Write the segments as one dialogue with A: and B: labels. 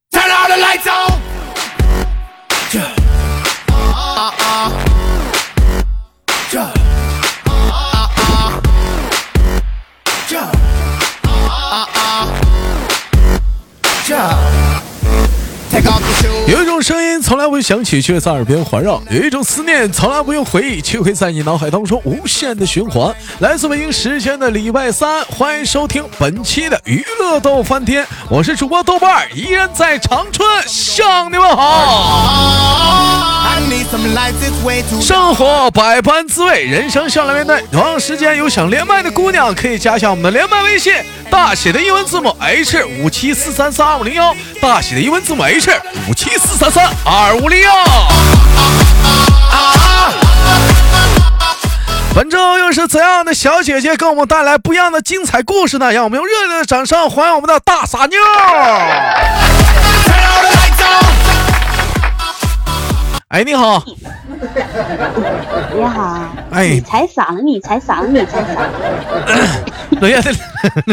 A: 走。有一种声音从来不响起，却在耳边环绕；有一种思念从来不用回忆，却会在你脑海当中无限的循环。来自北京时间的礼拜三，欢迎收听本期的娱乐逗翻天，我是主播豆瓣儿，依然在长春向你们好。生活百般滋味，人生向来面对。同样时间有想连麦的姑娘，可以加一下我们的连麦微信，大写的英文字母 H 五七四三三二五零幺，大写的英文字母 H 五七四三三二五零幺。本周又是怎样的小姐姐给我们带来不一样的精彩故事呢？让我们用热烈的掌声欢迎我们的大傻妞！哎，你好，
B: 你好，
A: 哎
B: 你才嗓子，你才嗓子，你才嗓子，
A: 乐业这，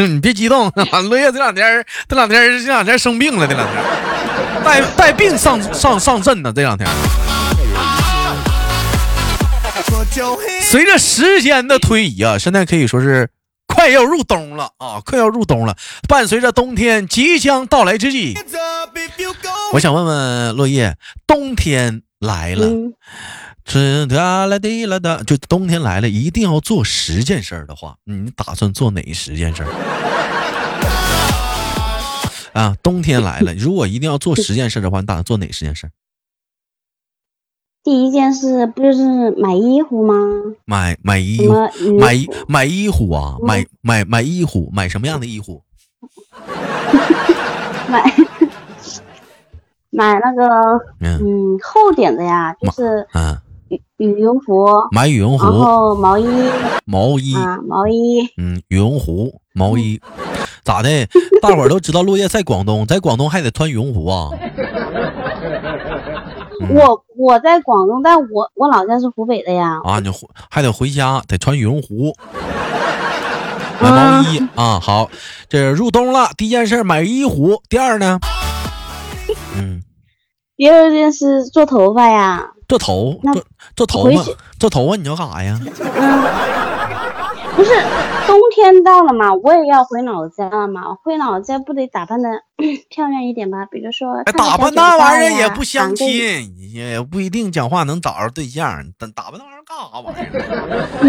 A: 你别激动，啊乐业这两天儿这两天儿这两天儿生病了，这两天儿带带病上上上阵呢，这两天儿。随着时间的推移啊，现在可以说是快要入冬了啊，快要入冬了。伴随着冬天即将到来之际，我想问问落叶，冬天来了，
B: 嗯，
A: 是哒啦滴啦哒，就冬天来了，一定要做十件事儿的话，你打算做哪十件事儿？ 啊，冬天来 了，如果一定要做十件事儿的话，你打算做哪十件事儿？
B: 第一件事不就是买衣服吗？
A: 买买衣
B: 什
A: 服，
B: 么衣
A: 买衣买
B: 服嗯
A: 衣服啊，买买买衣服，买什么样的衣服？
B: 买 买那个
A: 嗯
B: 嗯厚点的呀，就是
A: 啊，
B: 羽羽绒服，
A: 买羽绒
B: 嗯然
A: 服、
B: 后毛衣
A: 毛衣，
B: 啊嗯毛衣，
A: 嗯，羽绒服、毛衣，咋的？大伙儿都知道落叶在广东，在广东还得穿羽绒服啊。嗯
B: 我我在广东，但我我老家是湖北的呀，
A: 啊，你回还得回家得穿羽绒服，买毛衣啊。好，这入冬了，第一件事买衣服，第二呢，嗯，
B: 第二件事做头发呀，
A: 做头
B: 那
A: 做做头发
B: 回去
A: 做头啊发你要干啥呀？
B: 不是冬天到了嘛，我也要回老家了嘛，回老家不得 打扮的漂亮一点吧？比如说
A: 哎，
B: 烫个
A: 打扮那
B: 小卷发
A: 玩意儿
B: 呀
A: 也不相。
B: 绑个
A: 亲，也不一定讲话能找着对象。打打扮那玩意儿干啊啥玩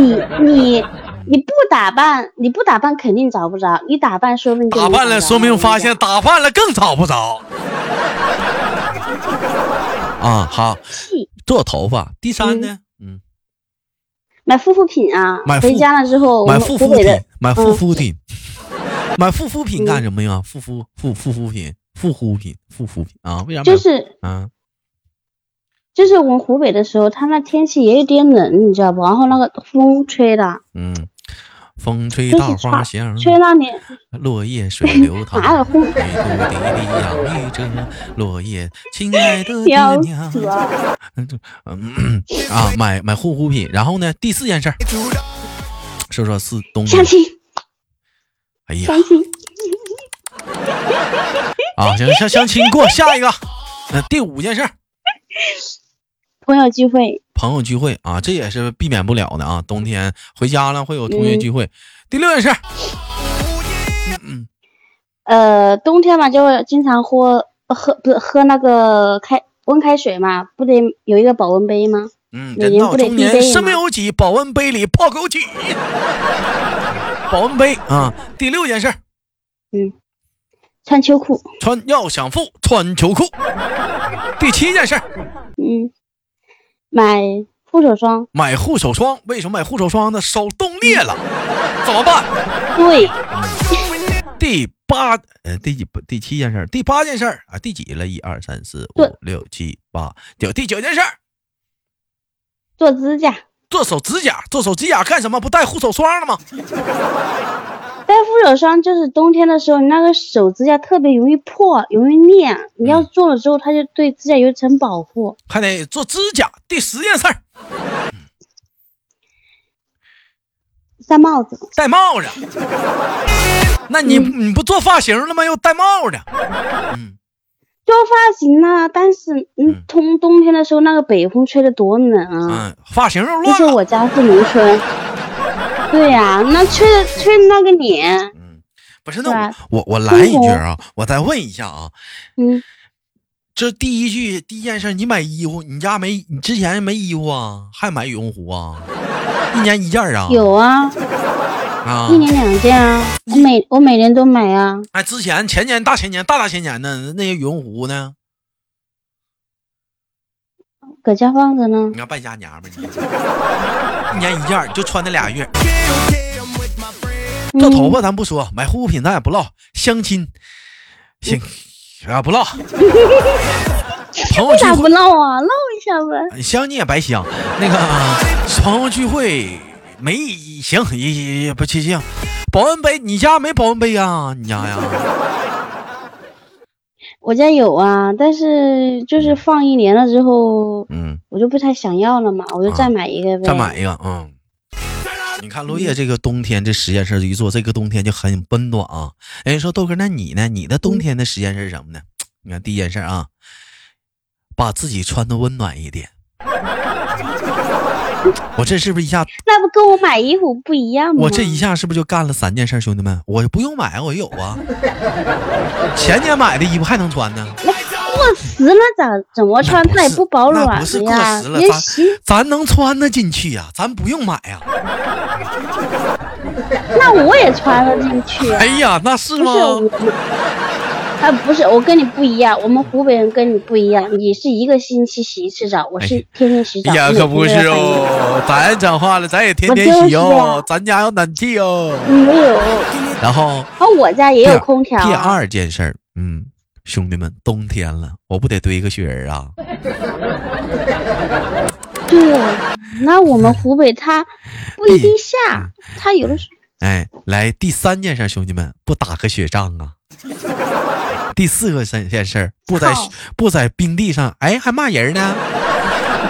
A: 意儿？
B: 你你你不打扮，你不打扮肯定找不着，你打扮说不定就
A: 打
B: 能
A: 扮
B: 找
A: 了，
B: 着
A: 说明
B: 我跟
A: 发
B: 你讲
A: 现打扮了更找不着。 啊，好，
B: 气
A: 做头发。第三呢，嗯，
B: 买护肤品啊
A: 买，护
B: 回家了之后，我
A: 买
B: 们
A: 护
B: 湖
A: 肤
B: 北的
A: 品，买护
B: 嗯
A: 肤品，买护肤品干什么呀？护肤护护肤品，护肤品，护肤品啊？为啥买？
B: 就是
A: 啊，
B: 就是我们湖北的时候，它那天气也有点冷，你知道不？然后那个风吹的，
A: 嗯，风吹
B: 就
A: 稻
B: 是
A: 花
B: 吹
A: 香，
B: 吹到你
A: 嗯落叶 水流淌，
B: 哪有
A: 水
B: 风
A: 都滴 滴养育着落叶。亲爱的爹
B: 飘
A: 娘，
B: 死啊了。
A: 嗯啊，买买护肤品。然后呢，第四件事儿，说说四东
B: 相亲
A: 哎呀
B: 相亲，
A: 啊，行，相相亲过下一个。那第五件事儿，
B: 朋友聚会，
A: 朋友聚会啊，这也是避免不了的啊。冬天回家了会有同学
B: 嗯
A: 聚会。第六件事儿，
B: 呃，冬天嘛就经常喝喝不是喝那个开温开水嘛，不得有一个保温杯吗？
A: 嗯，
B: 每
A: 人
B: 年
A: 到
B: 不得
A: 中
B: 必
A: 年
B: 备
A: 身不
B: 吗
A: 由己，保温杯里泡枸杞。保温杯啊。第六件事儿，
B: 穿秋裤，
A: 穿要想富，穿秋裤。第七件事儿，
B: 嗯，买护手霜。
A: 买护手霜。为什么买护手霜呢？手冻裂了，怎么办？
B: 对，
A: 第八呃第几第七件事儿，第八件事儿啊，第几了？一二三四
B: 对
A: 五六七八九，第九件事儿，
B: 做指甲，
A: 做手指甲，做手指甲干什么？不带护手霜了吗？
B: 戴护手霜就是冬天的时候，你那个手指甲特别容易破，容易裂。你要做了之后，它就对指甲有一层保护。
A: 还得做指甲。第十件事儿，
B: 戴帽子，
A: 戴帽子。
B: 嗯
A: 那你、你不做发型了吗？又戴帽子。
B: 就发型啊，但是嗯，冬冬天的时候那个北风吹得多冷啊！
A: 嗯，发型又
B: 就
A: 乱
B: 是
A: 了。
B: 我家是农村，对呀、那吹的吹的那个脸，
A: 不是，那
B: 对
A: 我我我来一句啊，我再问一下啊，
B: 嗯，
A: 这第一句第一件事，你买衣服，你家没，你之前没衣服啊，还买羽绒服啊，一年一件儿啊，
B: 有啊，
A: 啊
B: 一，年两件啊，我每我每年都买啊，
A: 哎，之前前年、大前年、大大前年的那些羽绒服呢，
B: 搁家放着呢
A: 你。看败家娘们儿，你一年一件儿就穿那俩月，掉头
B: 嗯，
A: 发咱不说，买护肤品咱也不唠，相亲，行啊不唠，朋友
B: 为
A: 聚
B: 啥
A: 会
B: 不闹啊？闹一下呗。
A: 香你也白香，那个啊朋友聚会没行也也也不去行，保温杯你家没保温杯啊？你家呀？
B: 我家有啊，但是就是放一年了之后，
A: 嗯，
B: 我就不太想要了嘛，我就再买一个呗。
A: 啊再买一个，嗯。你看落叶这个冬天这十件事儿一做，这个冬天就很温暖啊。人家说豆哥，那你呢？你的
B: 嗯
A: 冬天的十件事是什么呢？你看第一件事儿啊，把自己穿的温暖一点。我这是不是一下
B: 那不跟我买衣服不一样吗？
A: 我这一下是不是就干了三件事儿，兄弟们？我不用买，我有啊。前年买的衣服还能穿呢，
B: 过时了咋怎么穿？
A: 那不
B: 它也
A: 是
B: 不保
A: 那
B: 暖
A: 不是
B: 了
A: 过
B: 呀
A: 时了，
B: 也
A: 咱
B: 洗
A: 咱能穿得进去呀、咱不用买啊呀、
B: 那我也穿了进去啊。
A: 哎呀，那是
B: 不
A: 吗
B: 是？我，啊，不是，我跟你不一样，我们湖北人跟你不一样，你是一个星期洗一次澡，我是天天洗澡。
C: 哎呀，
B: 每
C: 可
B: 天
C: 不
B: 都
C: 是
B: 要换衣服。
C: 哦，咱讲话了，咱也天天
B: 我就
C: 洗
B: 是
C: 哦
B: 啊，
C: 咱家有暖气哦。
B: 没有，
A: 然后
B: 啊，我家也
A: 第
B: 有
A: 二
B: 空调。啊
A: 第二件事儿，嗯，兄弟们，冬天了，我不得堆个雪人啊？
B: 对，那我们湖北它不一定
A: 嗯
B: 下，它有的时候
A: 哎，来第三件事儿，兄弟们，不打个雪仗啊。第四个三件事儿，不在
B: 操
A: 不在冰地上，哎，还骂人呢，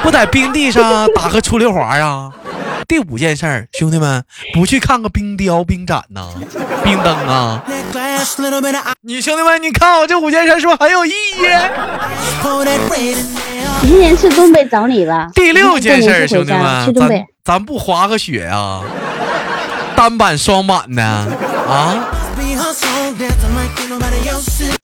A: 不在冰地上打个出溜滑啊。第五件事儿，兄弟们，不去看个冰雕、冰展呐、冰灯啊。你兄弟们，你看我这五件事儿是不是很有意义？
B: 你今年去东北找你吧。
A: 嗯第六
B: 你过
A: 件事
B: 年
A: 儿，
B: 就
A: 兄弟
B: 回家了
A: 们，
B: 去东北
A: 咱。咱不滑个雪啊，单板、双板的啊。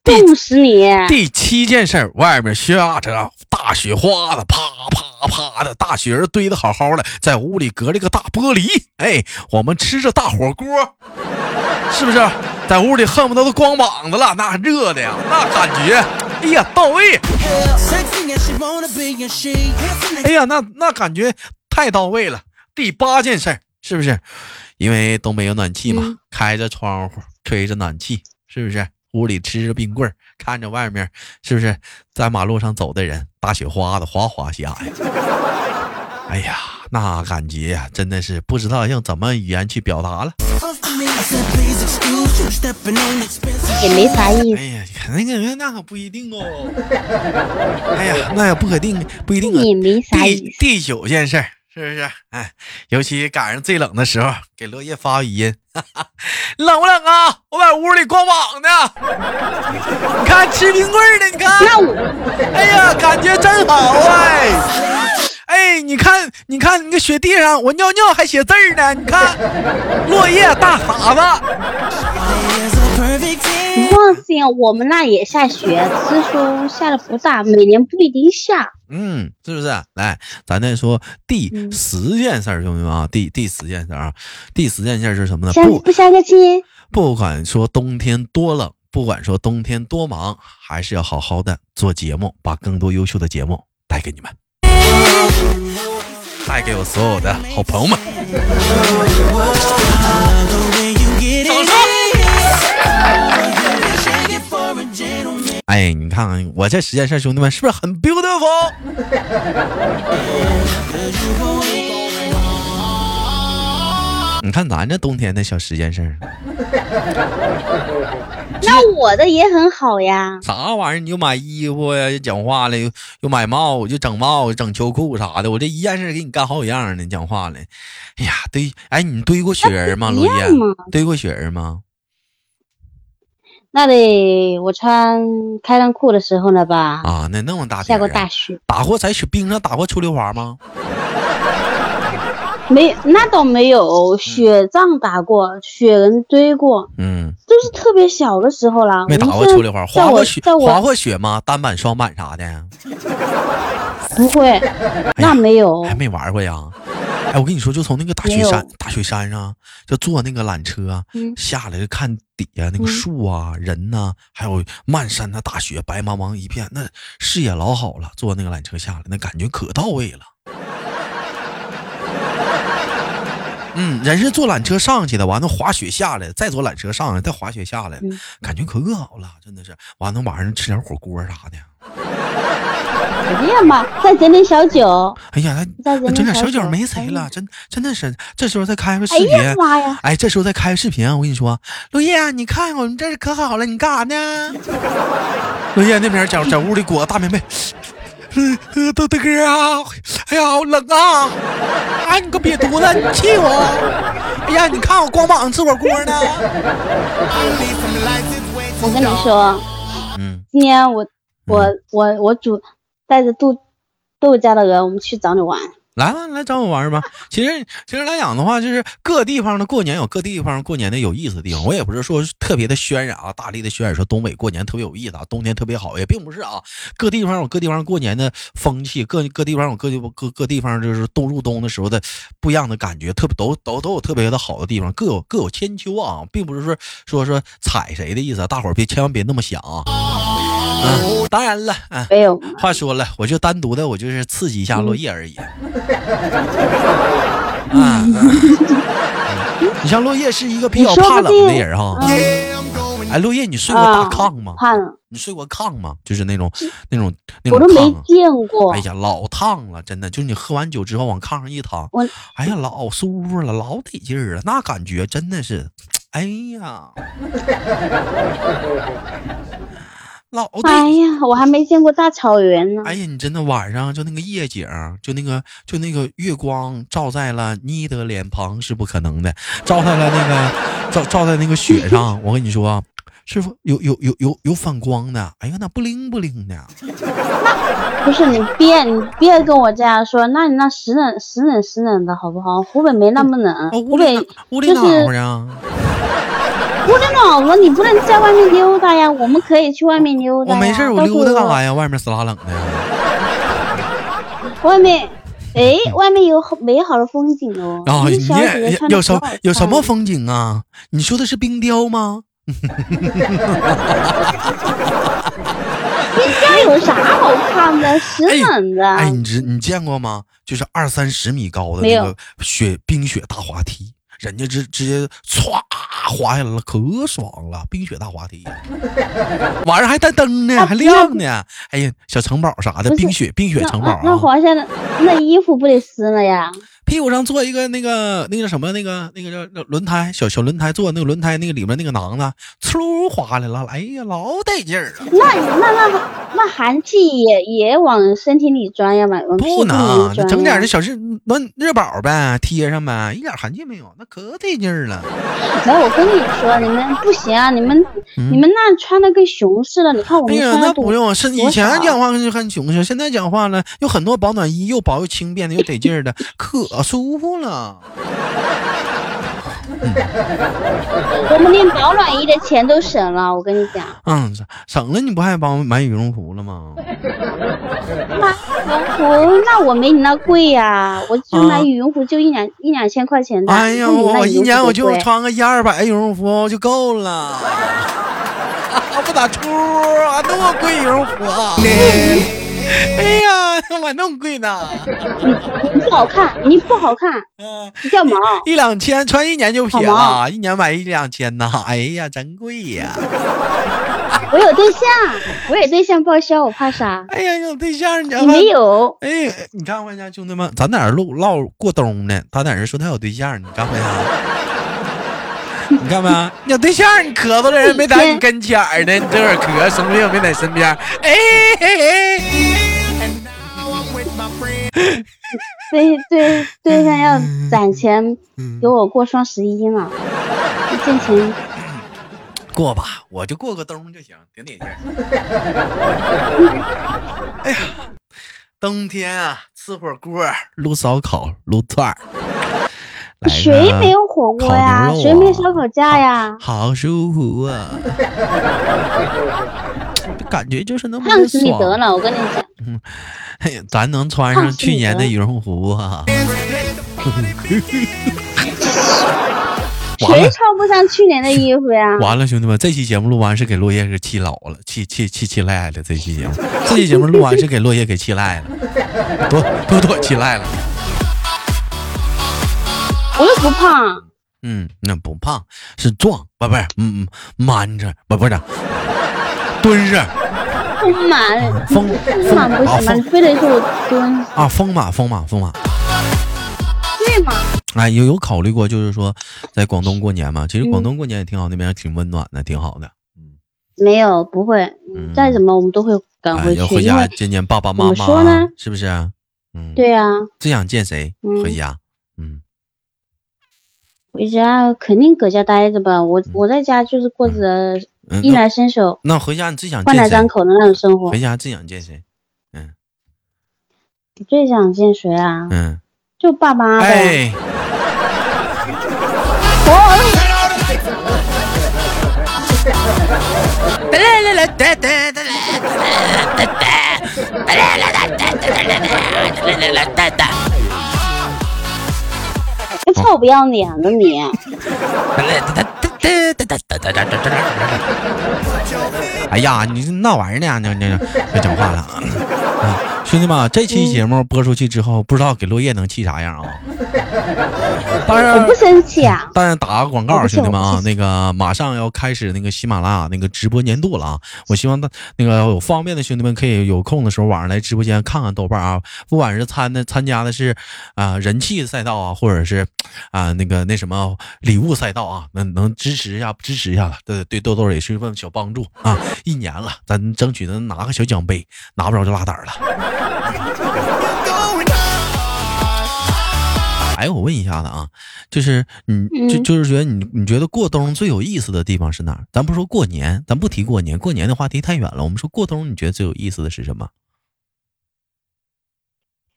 B: 冻死你！
A: 第七件事儿，外面下着大雪花子，啪啪啪的，大雪人堆的好好的，在屋里隔着个大玻璃，哎，我们吃着大火锅，是不是？在屋里恨不得都光膀子了，那热的呀，那感觉，哎呀，到位， 哎呀，那那感觉太到位了。第八件事儿是不是？因为东北有暖气嘛，
B: 嗯
A: 开着窗户，吹着暖气，是不是？屋里吃着冰棍儿，看着外面，是不是在马路上走的人，大雪花子哗哗下呀？ 哎呀，那感觉呀、真的是不知道用怎么语言去表达了。
B: 也没啥意
A: 哎
B: 思。
A: 呀，那个那可不一定哦。 哎呀，那也不可定，不一定啊。
B: 也没啥意
A: 第
B: 思，
A: 第九件事儿是不是？哎，尤其赶上最冷的时候，给落叶发语音， 冷不冷啊？我在屋里光膀呢，你看吃冰棍儿呢，你看，
B: 那我
A: 哎呀，感觉真好哎。哎，你看，你看，你个雪地上，我尿尿还写字儿呢。你看，落叶大傻子，
B: 你放心，啊我们那也下雪，只是说下的不大，每年不一定下。
A: 嗯，是不是？来，咱再说第
B: 嗯
A: 十件事儿，兄弟们啊，第第十件事儿啊，第十件事儿是什么呢？
B: 相
A: 啊不
B: 不相个亲？
A: 不管说冬天多冷，不管说冬天多忙，还是要好好的做节目，把更多优秀的节目带给你们，带给我所有的好朋友们。哎，你看看我这十件事儿，兄弟们是不是很 beautiful？你看咱这冬天的小十件事儿，
B: 那我的也很好呀。
A: 啥玩意儿？你又买衣服呀，又讲话了，又又买帽，又整帽，整秋裤啥的。我这一件事给你干好几样呢，你讲话了。哎呀，堆，哎，你堆过雪人吗，
B: 那
A: 罗
B: 不一
A: 叶
B: 样吗？
A: 堆过雪人吗？
B: 那得我穿开裆裤的时候了吧？
A: 啊，那那么大、啊、
B: 下过大雪，
A: 打过在雪冰上打过秋梨花吗？
B: 没，那倒没有，雪仗打过，雪人堆过，
A: 嗯，
B: 都是特别小的时候啦。
A: 没打过秋梨花，滑过雪，
B: 我哦
A: 滑过雪吗？单板、双板啥的？
B: 不会，哎、那没有，
A: 还没玩过呀。哎，我跟你说，就从那个大雪山、大雪山上，就坐那个缆车、
B: 嗯、
A: 下来，就看底下那个树啊、嗯、人呐、啊，还有漫山的大雪，白茫茫一片，那视野老好了。坐那个缆车下来，那感觉可到位了。嗯，人是坐缆车上去的，完了滑雪下来，再坐缆车上来，再滑雪下来，
B: 嗯、
A: 感觉可饿好了，真的是。完了晚上吃点火锅啥的。
B: 哎呀妈，再整点小酒。
A: 哎呀，
B: 再整
A: 点
B: 小
A: 酒没谁了，哎、真真的是这时候再开个视频。哎
B: 呀妈呀！
A: 哎，这时候再开个视频，我跟你说，落叶、啊，你看我们这可好了，你干啥呢？ 落叶那边在在屋里裹大棉被。呃，豆豆哥啊，哎呀，我冷啊！哎，你个瘪犊子，你气我！哎呀，你看我光膀子吃火锅呢。
B: 我跟你说，
A: 嗯，
B: 今天我我我我主带着豆豆家的人，我们去找你玩。
A: 来吧，来找我玩吧。其实，其实来讲的话，就是各地方的过年有各地方过年的有意思的地方。我也不是说特别的渲染啊，大力的渲染说东北过年特别有意思啊，冬天特别好，也并不是啊。各地方有各地方过年的风气，各各地方有各地各各地方就是冬入冬的时候的不一样的感觉，特别都都都有特别的好的地方，各有各有千秋啊，并不是说说说踩谁的意思啊，大伙儿别千万别那么想啊。嗯，当然了，嗯、
B: 没有。
A: 话说了，我就单独的，我就是刺激一下落叶而已。啊、嗯嗯，你像落叶是一个比较怕冷的人哈。
B: 嗯
A: 哎，落叶，你睡过大炕吗？
B: 怕冷。
A: 你睡过炕吗？就是那种、那种、啊那
B: 啊种。我都没见过。
A: 哎呀，老烫了，真的。就是你喝完酒之后往炕上一躺，哎呀，老舒服了，老得劲儿了，啊那感觉真的是，哎 呀。老
B: 哎呀，我还没见过大草原呢。
A: 哎呀，你真的晚上就那个夜景，就那个就那个月光照在了你的脸庞是不可能的，照在了那个照照在那个雪上。我跟你说，啊是有有有有有反光的。哎呀，那不灵不灵的。啊
B: 那不是你别你别跟我这样说，那你那时冷时冷时冷的好不好？湖北没那么冷，哦、湖北
A: 哎屋
B: 里
A: 暖和呀。
B: 我的脑子，你不能在外面溜达呀！我们可以去外面溜达。
A: 我哦没事，
B: 我
A: 溜达干啥呀？外面死拉冷的。
B: 外面，哎，外面有美好的风景哦。
A: 啊、
B: 哦，
A: 你有什有什么风景啊？你说的是冰雕吗？
B: 冰雕有啥好看的？时冷的。
A: 哎，你知你见过吗？就是二三十米高的那个雪冰雪大滑梯。人家直直接歘滑下来了，可爽了！冰雪大滑梯，晚上还带灯呢，还亮呢。哎呀，小城堡啥的，冰雪冰雪城堡、啊
B: 那。那滑下来，那衣服不得湿了呀？
A: 屁股上坐一个那个那个什么那个那个叫轮胎小小轮胎坐那个轮胎那个里面那个囊子，嗖滑来了，哎呀老得劲儿了。
B: 那那那那寒气也也往身体里钻呀，往
A: 不
B: 能，
A: 整点这小热暖热宝呗，贴上呗，一点寒气没有，那可得劲儿了。
B: 来，我跟你说，你们不行啊，你们、嗯、你们那穿的跟熊似的，你看我们穿的、哎、
A: 那不用，啊是以
B: 啊
A: 前讲话就跟熊似，现在讲话了有很多保暖衣，又薄又轻便的，又得劲儿的，可。老舒服了，
B: 嗯、我们连保暖衣的钱都省了，我跟你讲。
A: 嗯，省了你不还帮买羽绒服了吗？
B: 买羽绒服那我没你那贵呀、啊，我就买羽绒服就一两、啊、一两千块钱的。
A: 哎 呀，我一年我就
B: 啊
A: 穿个一二百羽绒服就够了， 不咋出啊，那么贵羽绒服啊！ 哎呀，咋那么贵呢？
B: 你不好看，你不好看，
A: 嗯
B: 你掉毛。
A: 一两千穿一年就撇了，一年买一两千呢。哎呀，真贵呀！
B: 我有对象，我有对象报销，我怕啥？
A: 哎呀，有对象你
B: 没有？
A: 哎，你看我家兄弟们，咱俩唠唠过冬呢，他在这说他有对象，你看没看？ 你看没？你有对象，你咳嗽的人没在你跟前儿呢，你这会儿咳生病没在身边，哎。哎哎
B: 对对对象要
A: 嗯
B: 攒钱给我过双十一呢，挣钱。
A: 过吧，我就过个冬就行，顶顶劲儿。 哎呀，冬天啊，吃火锅，撸烧烤，撸串儿，来个
B: 谁没有火锅呀
A: 烤？牛肉啊
B: 谁没烧烤架呀？
A: 好舒服啊！感觉就是能
B: 烫死你得了！我跟你讲，
A: 嘿咱能穿上去年的羽绒服啊！完了
B: 谁穿不上去年的衣服呀？
A: 完了，兄弟们，这期节目录完是给落叶是气老了，气气气气赖了。这期节目，这期节目录完是给落叶给气赖了，多多多气赖了。
B: 我又不胖，
A: 嗯，那不胖是壮，不不是，嗯嗯，蛮着，不不是，蹲着，
B: 丰满，
A: 丰
B: 丰
A: 丰
B: 满不
A: 啊
B: 行吗？你
A: 丰
B: 非得说我蹲，
A: 啊丰满丰满丰满。
B: 对吗？
A: 哎，有有考虑过，就是说在广东过年嘛？其实广东过年也挺好，那边挺温暖的，挺好的。
B: 没有，不会
A: 嗯，
B: 再怎么我们都会赶
A: 哎，
B: 回
A: 要
B: 去，
A: 回
B: 因
A: 家
B: 为
A: 见见爸爸
B: 怎
A: 妈
B: 么
A: 妈
B: 说
A: 啊
B: 呢，
A: 是不是啊？嗯，
B: 对呀，
A: 最想见谁？
B: 嗯
A: 回家。嗯，
B: 回家肯定搁家待着吧。我我在家就是过着
A: 嗯
B: 衣来伸手、
A: 那回家你最想
B: 饭
A: 见
B: 来
A: 谁
B: 张？口的那种生活
A: 回。家最想见谁？
B: 最想见谁啊？
A: 嗯，
B: 就爸妈呗。
A: 哎，哎
B: 哦 你哎臭不要脸的 你！
A: 哎呀，你这那玩意儿呢？你你别讲话了。 啊，兄弟们啊，这期节目播出去之后，不知道给落叶能气啥样啊？当
B: 我
A: 然
B: 不，生气啊！
A: 当然打个广告
B: 我
A: 啊，
B: 不是
A: 兄弟们
B: 我
A: 啊
B: 不，是
A: 那个马上要开始那个喜马拉雅那个直播年度了啊！我希望大那个有方便的兄弟们可以有空的时候晚上来直播间看看豆瓣啊，不管是参的参加的是啊、人气赛道啊，或者是啊、那个那什么礼物赛道啊，能能支持一下支持一下了，对对豆豆也是一份小帮助啊！一年了，咱争取能拿个小奖杯，拿不着就拉倒了。哎，我问一下子啊，就是你，就
B: 嗯
A: 就是觉得你，你觉得过冬最有意思的地方是哪儿？咱不说过年，咱不提过年，过年的话题太远了。我们说过冬，你觉得最有意思的是什么？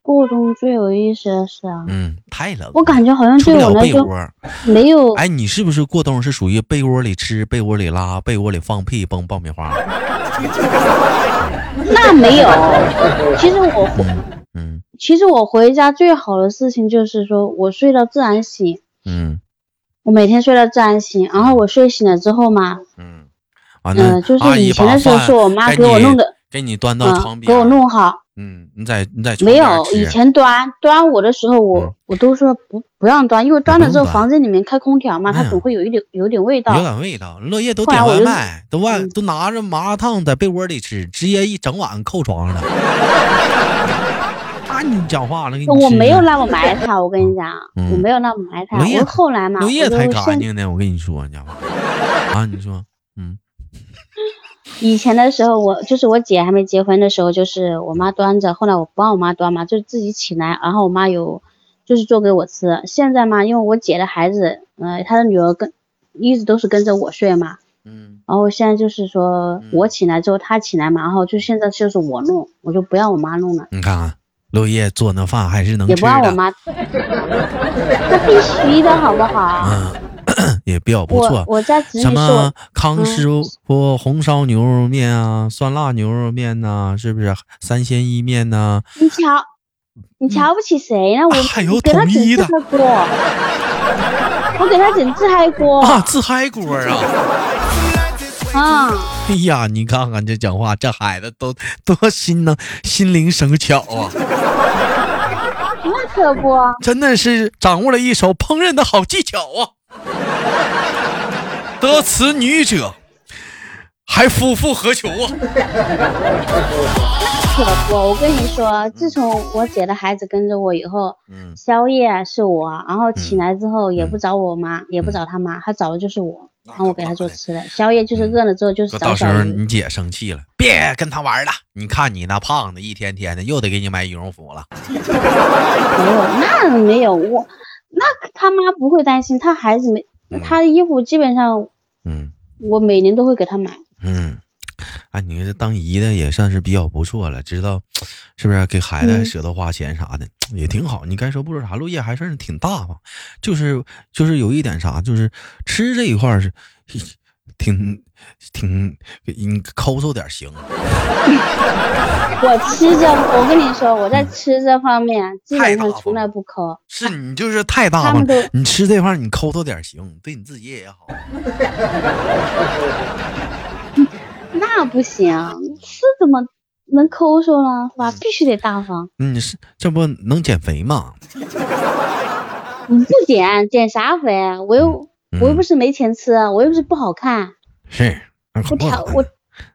B: 过冬最有意思的是啊，
A: 嗯，太冷了，
B: 我感觉好像
A: 出
B: 对
A: 不
B: 我
A: 了
B: 来
A: 被
B: 说
A: 窝。
B: 没有
A: 哎，你是不是过冬是属于被窝里吃、被窝里拉、被窝里放屁、崩爆米花？
B: 那没有。其实我回
A: 嗯嗯
B: 其实我回家最好的事情就是说我睡到自然醒，
A: 嗯
B: 我每天睡到自然醒，然后我睡醒了之后嘛，
A: 嗯，完了、
B: 嗯、就
A: 阿
B: 是
A: 姨啊
B: 以前
A: 把
B: 的时候
A: 饭
B: 是我妈给我
A: 你
B: 弄的，
A: 给你端到
B: 嗯
A: 床，边
B: 给
A: 儿，
B: 我弄好。
A: 嗯，你在你在床
B: 没
A: 边
B: 有，
A: 吃
B: 以前端端我的时候我，我、
A: 嗯
B: 都说不不让端，因为端了之后
A: 不让端
B: 房间里面开空调嘛，
A: 哎呀
B: 它总会有一点有点味道
A: 有。点味道。落叶都
B: 后来
A: 点
B: 我
A: 外
B: 就
A: 卖，都外
B: 嗯
A: 都拿着麻辣烫在被窝里吃，直接一整晚扣床上了。 那、你讲话了，给你
B: 我
A: 吃
B: 没有
A: 的
B: 那么埋汰，我跟你讲，
A: 啊嗯
B: 我没有那么埋汰。
A: 落叶
B: 我后来嘛，
A: 落叶
B: 我就
A: 才干
B: 现
A: 净呢。我跟你说，你讲话啊，你说，嗯
B: 以前的时候，我就是我姐还没结婚的时候，就是我妈端着，后来我不让我妈端嘛，就是自己起来，然后我妈有就是做给我吃。现在嘛，因为我姐的孩子，呃，她的女儿跟一直都是跟着我睡嘛，
A: 嗯
B: 然后现在就是说我起来之后她起来嘛，然后就现在就是我弄，我就不让我妈弄了，
A: 你看看落叶做那饭还是能
B: 也
A: 吃
B: 不让我
A: 的，
B: 妈，那必须的好不好？
A: 嗯，也比较不
B: 我
A: 错。
B: 我家侄女
A: 什
B: 是
A: 么
B: 我，
A: 康
B: 嗯
A: 师傅红烧牛肉面啊，酸辣牛肉面呐、是不是三鲜意面呐、
B: 你瞧。你瞧不起谁呢？我、
A: 啊还有
B: 我给他
A: 统
B: 整
A: 一
B: 自
A: 的
B: 嗨 锅，我给他整自嗨锅
A: 啊，自嗨锅 啊！
B: 啊！
A: 哎呀，你看看这讲话，这孩子都多心呢，心灵手巧 啊，
B: 那可不，
A: 真的是掌握了一手烹饪的好技巧啊。得此女者，还夫复何求啊？
B: 可不。我跟你说，自从我姐的孩子跟着我以后，
A: 嗯
B: 宵夜是我，然后起来之后也不找我妈，也不
A: 嗯
B: 找他妈，他找的就是我，然后我给他做吃的。宵夜就是饿了之后就是
A: 说
B: 找
A: 哎到时
B: 小
A: 候
B: 鱼。
A: 你姐生气了，别跟他玩了。你看你那胖子，一天天的又得给你买羽绒服了。
B: 没有，那没有我，那他妈不会担心，他孩子没，他的衣服基本上
A: 嗯
B: 我每年都会给他买。
A: 嗯，啊，你这当姨的也算是比较不错了，知道是不是？给孩子
B: 嗯
A: 舍得花钱啥的、也挺好。你该说不说啥，陆叶还算是挺大方，就是就是有一点啥，就是吃这一块儿是挺挺你抠搜点儿行。啊
B: 我吃这，我跟你说，我在吃这方面基本上从来不抠。
A: 是你就是太大
B: 他
A: 方
B: 们
A: 了
B: 都，
A: 你吃这块儿你抠搜点儿行，对你自己也好。
B: 那不行，吃怎么能抠搜呢？是
A: 嗯
B: 吧？必须得大方。
A: 你嗯是这不能减肥吗？
B: 你不减减啥肥？啊我又我又不是没钱吃，啊我又不是不好看，
A: 嗯是，那可
B: 我
A: 不
B: 挑
A: 好看
B: 我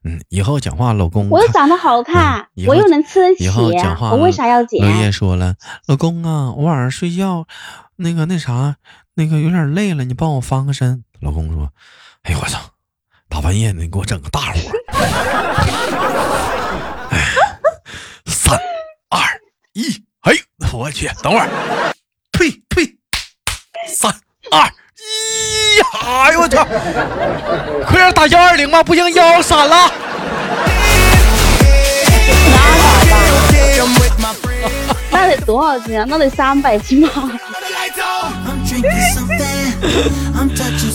A: 嗯，以后讲话，老公
B: 我又
A: 看
B: 长得好看
A: 嗯以，后
B: 我又能吃得起
A: 以后讲话，
B: 我为啥要减
A: 娄？烨说了，老公啊，我晚上睡觉，那个那啥，那个有点累了，你帮我翻个身。老公说，哎呦我操，大半夜的你给我整个大活儿。哎，三二一，哎呦我去，等会儿，呸呸，三二一，哎呦我操，快点打幺二零吧，不行幺闪了。
B: 那得多少斤啊？那得三百斤吧。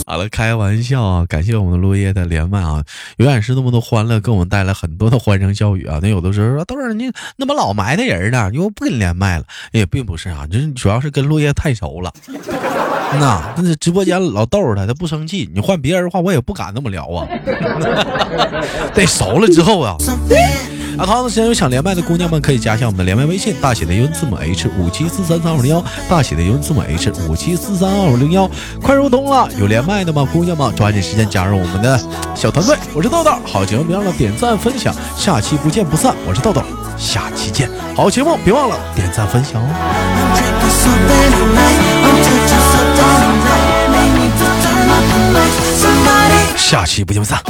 A: 好了，开玩笑啊！感谢我们的落叶的连麦啊，永远是那么多欢乐，给我们带来很多的欢声笑语啊。那有的时候说豆儿，你那么老埋汰人呢，又不跟你连麦了，也并不是啊，就是主要是跟落叶太熟了。 那那是直播间老豆儿他他不生气，你换别人的话我也不敢那么聊啊。 得熟了之后啊，啊，同样的时间有想连麦的姑娘们可以加一下我们的连麦微信，大写的英文字母 H 五七四三三二零幺，大写的英文字母 H 五七四三二零幺。快入冬了，有连麦的吗？姑娘们，抓紧时间加入我们的小团队。我是豆豆，好节目别忘了点赞分享，下期不见不散。我是豆豆，下期见。好节目别忘了点赞分享哦。下期不见不散。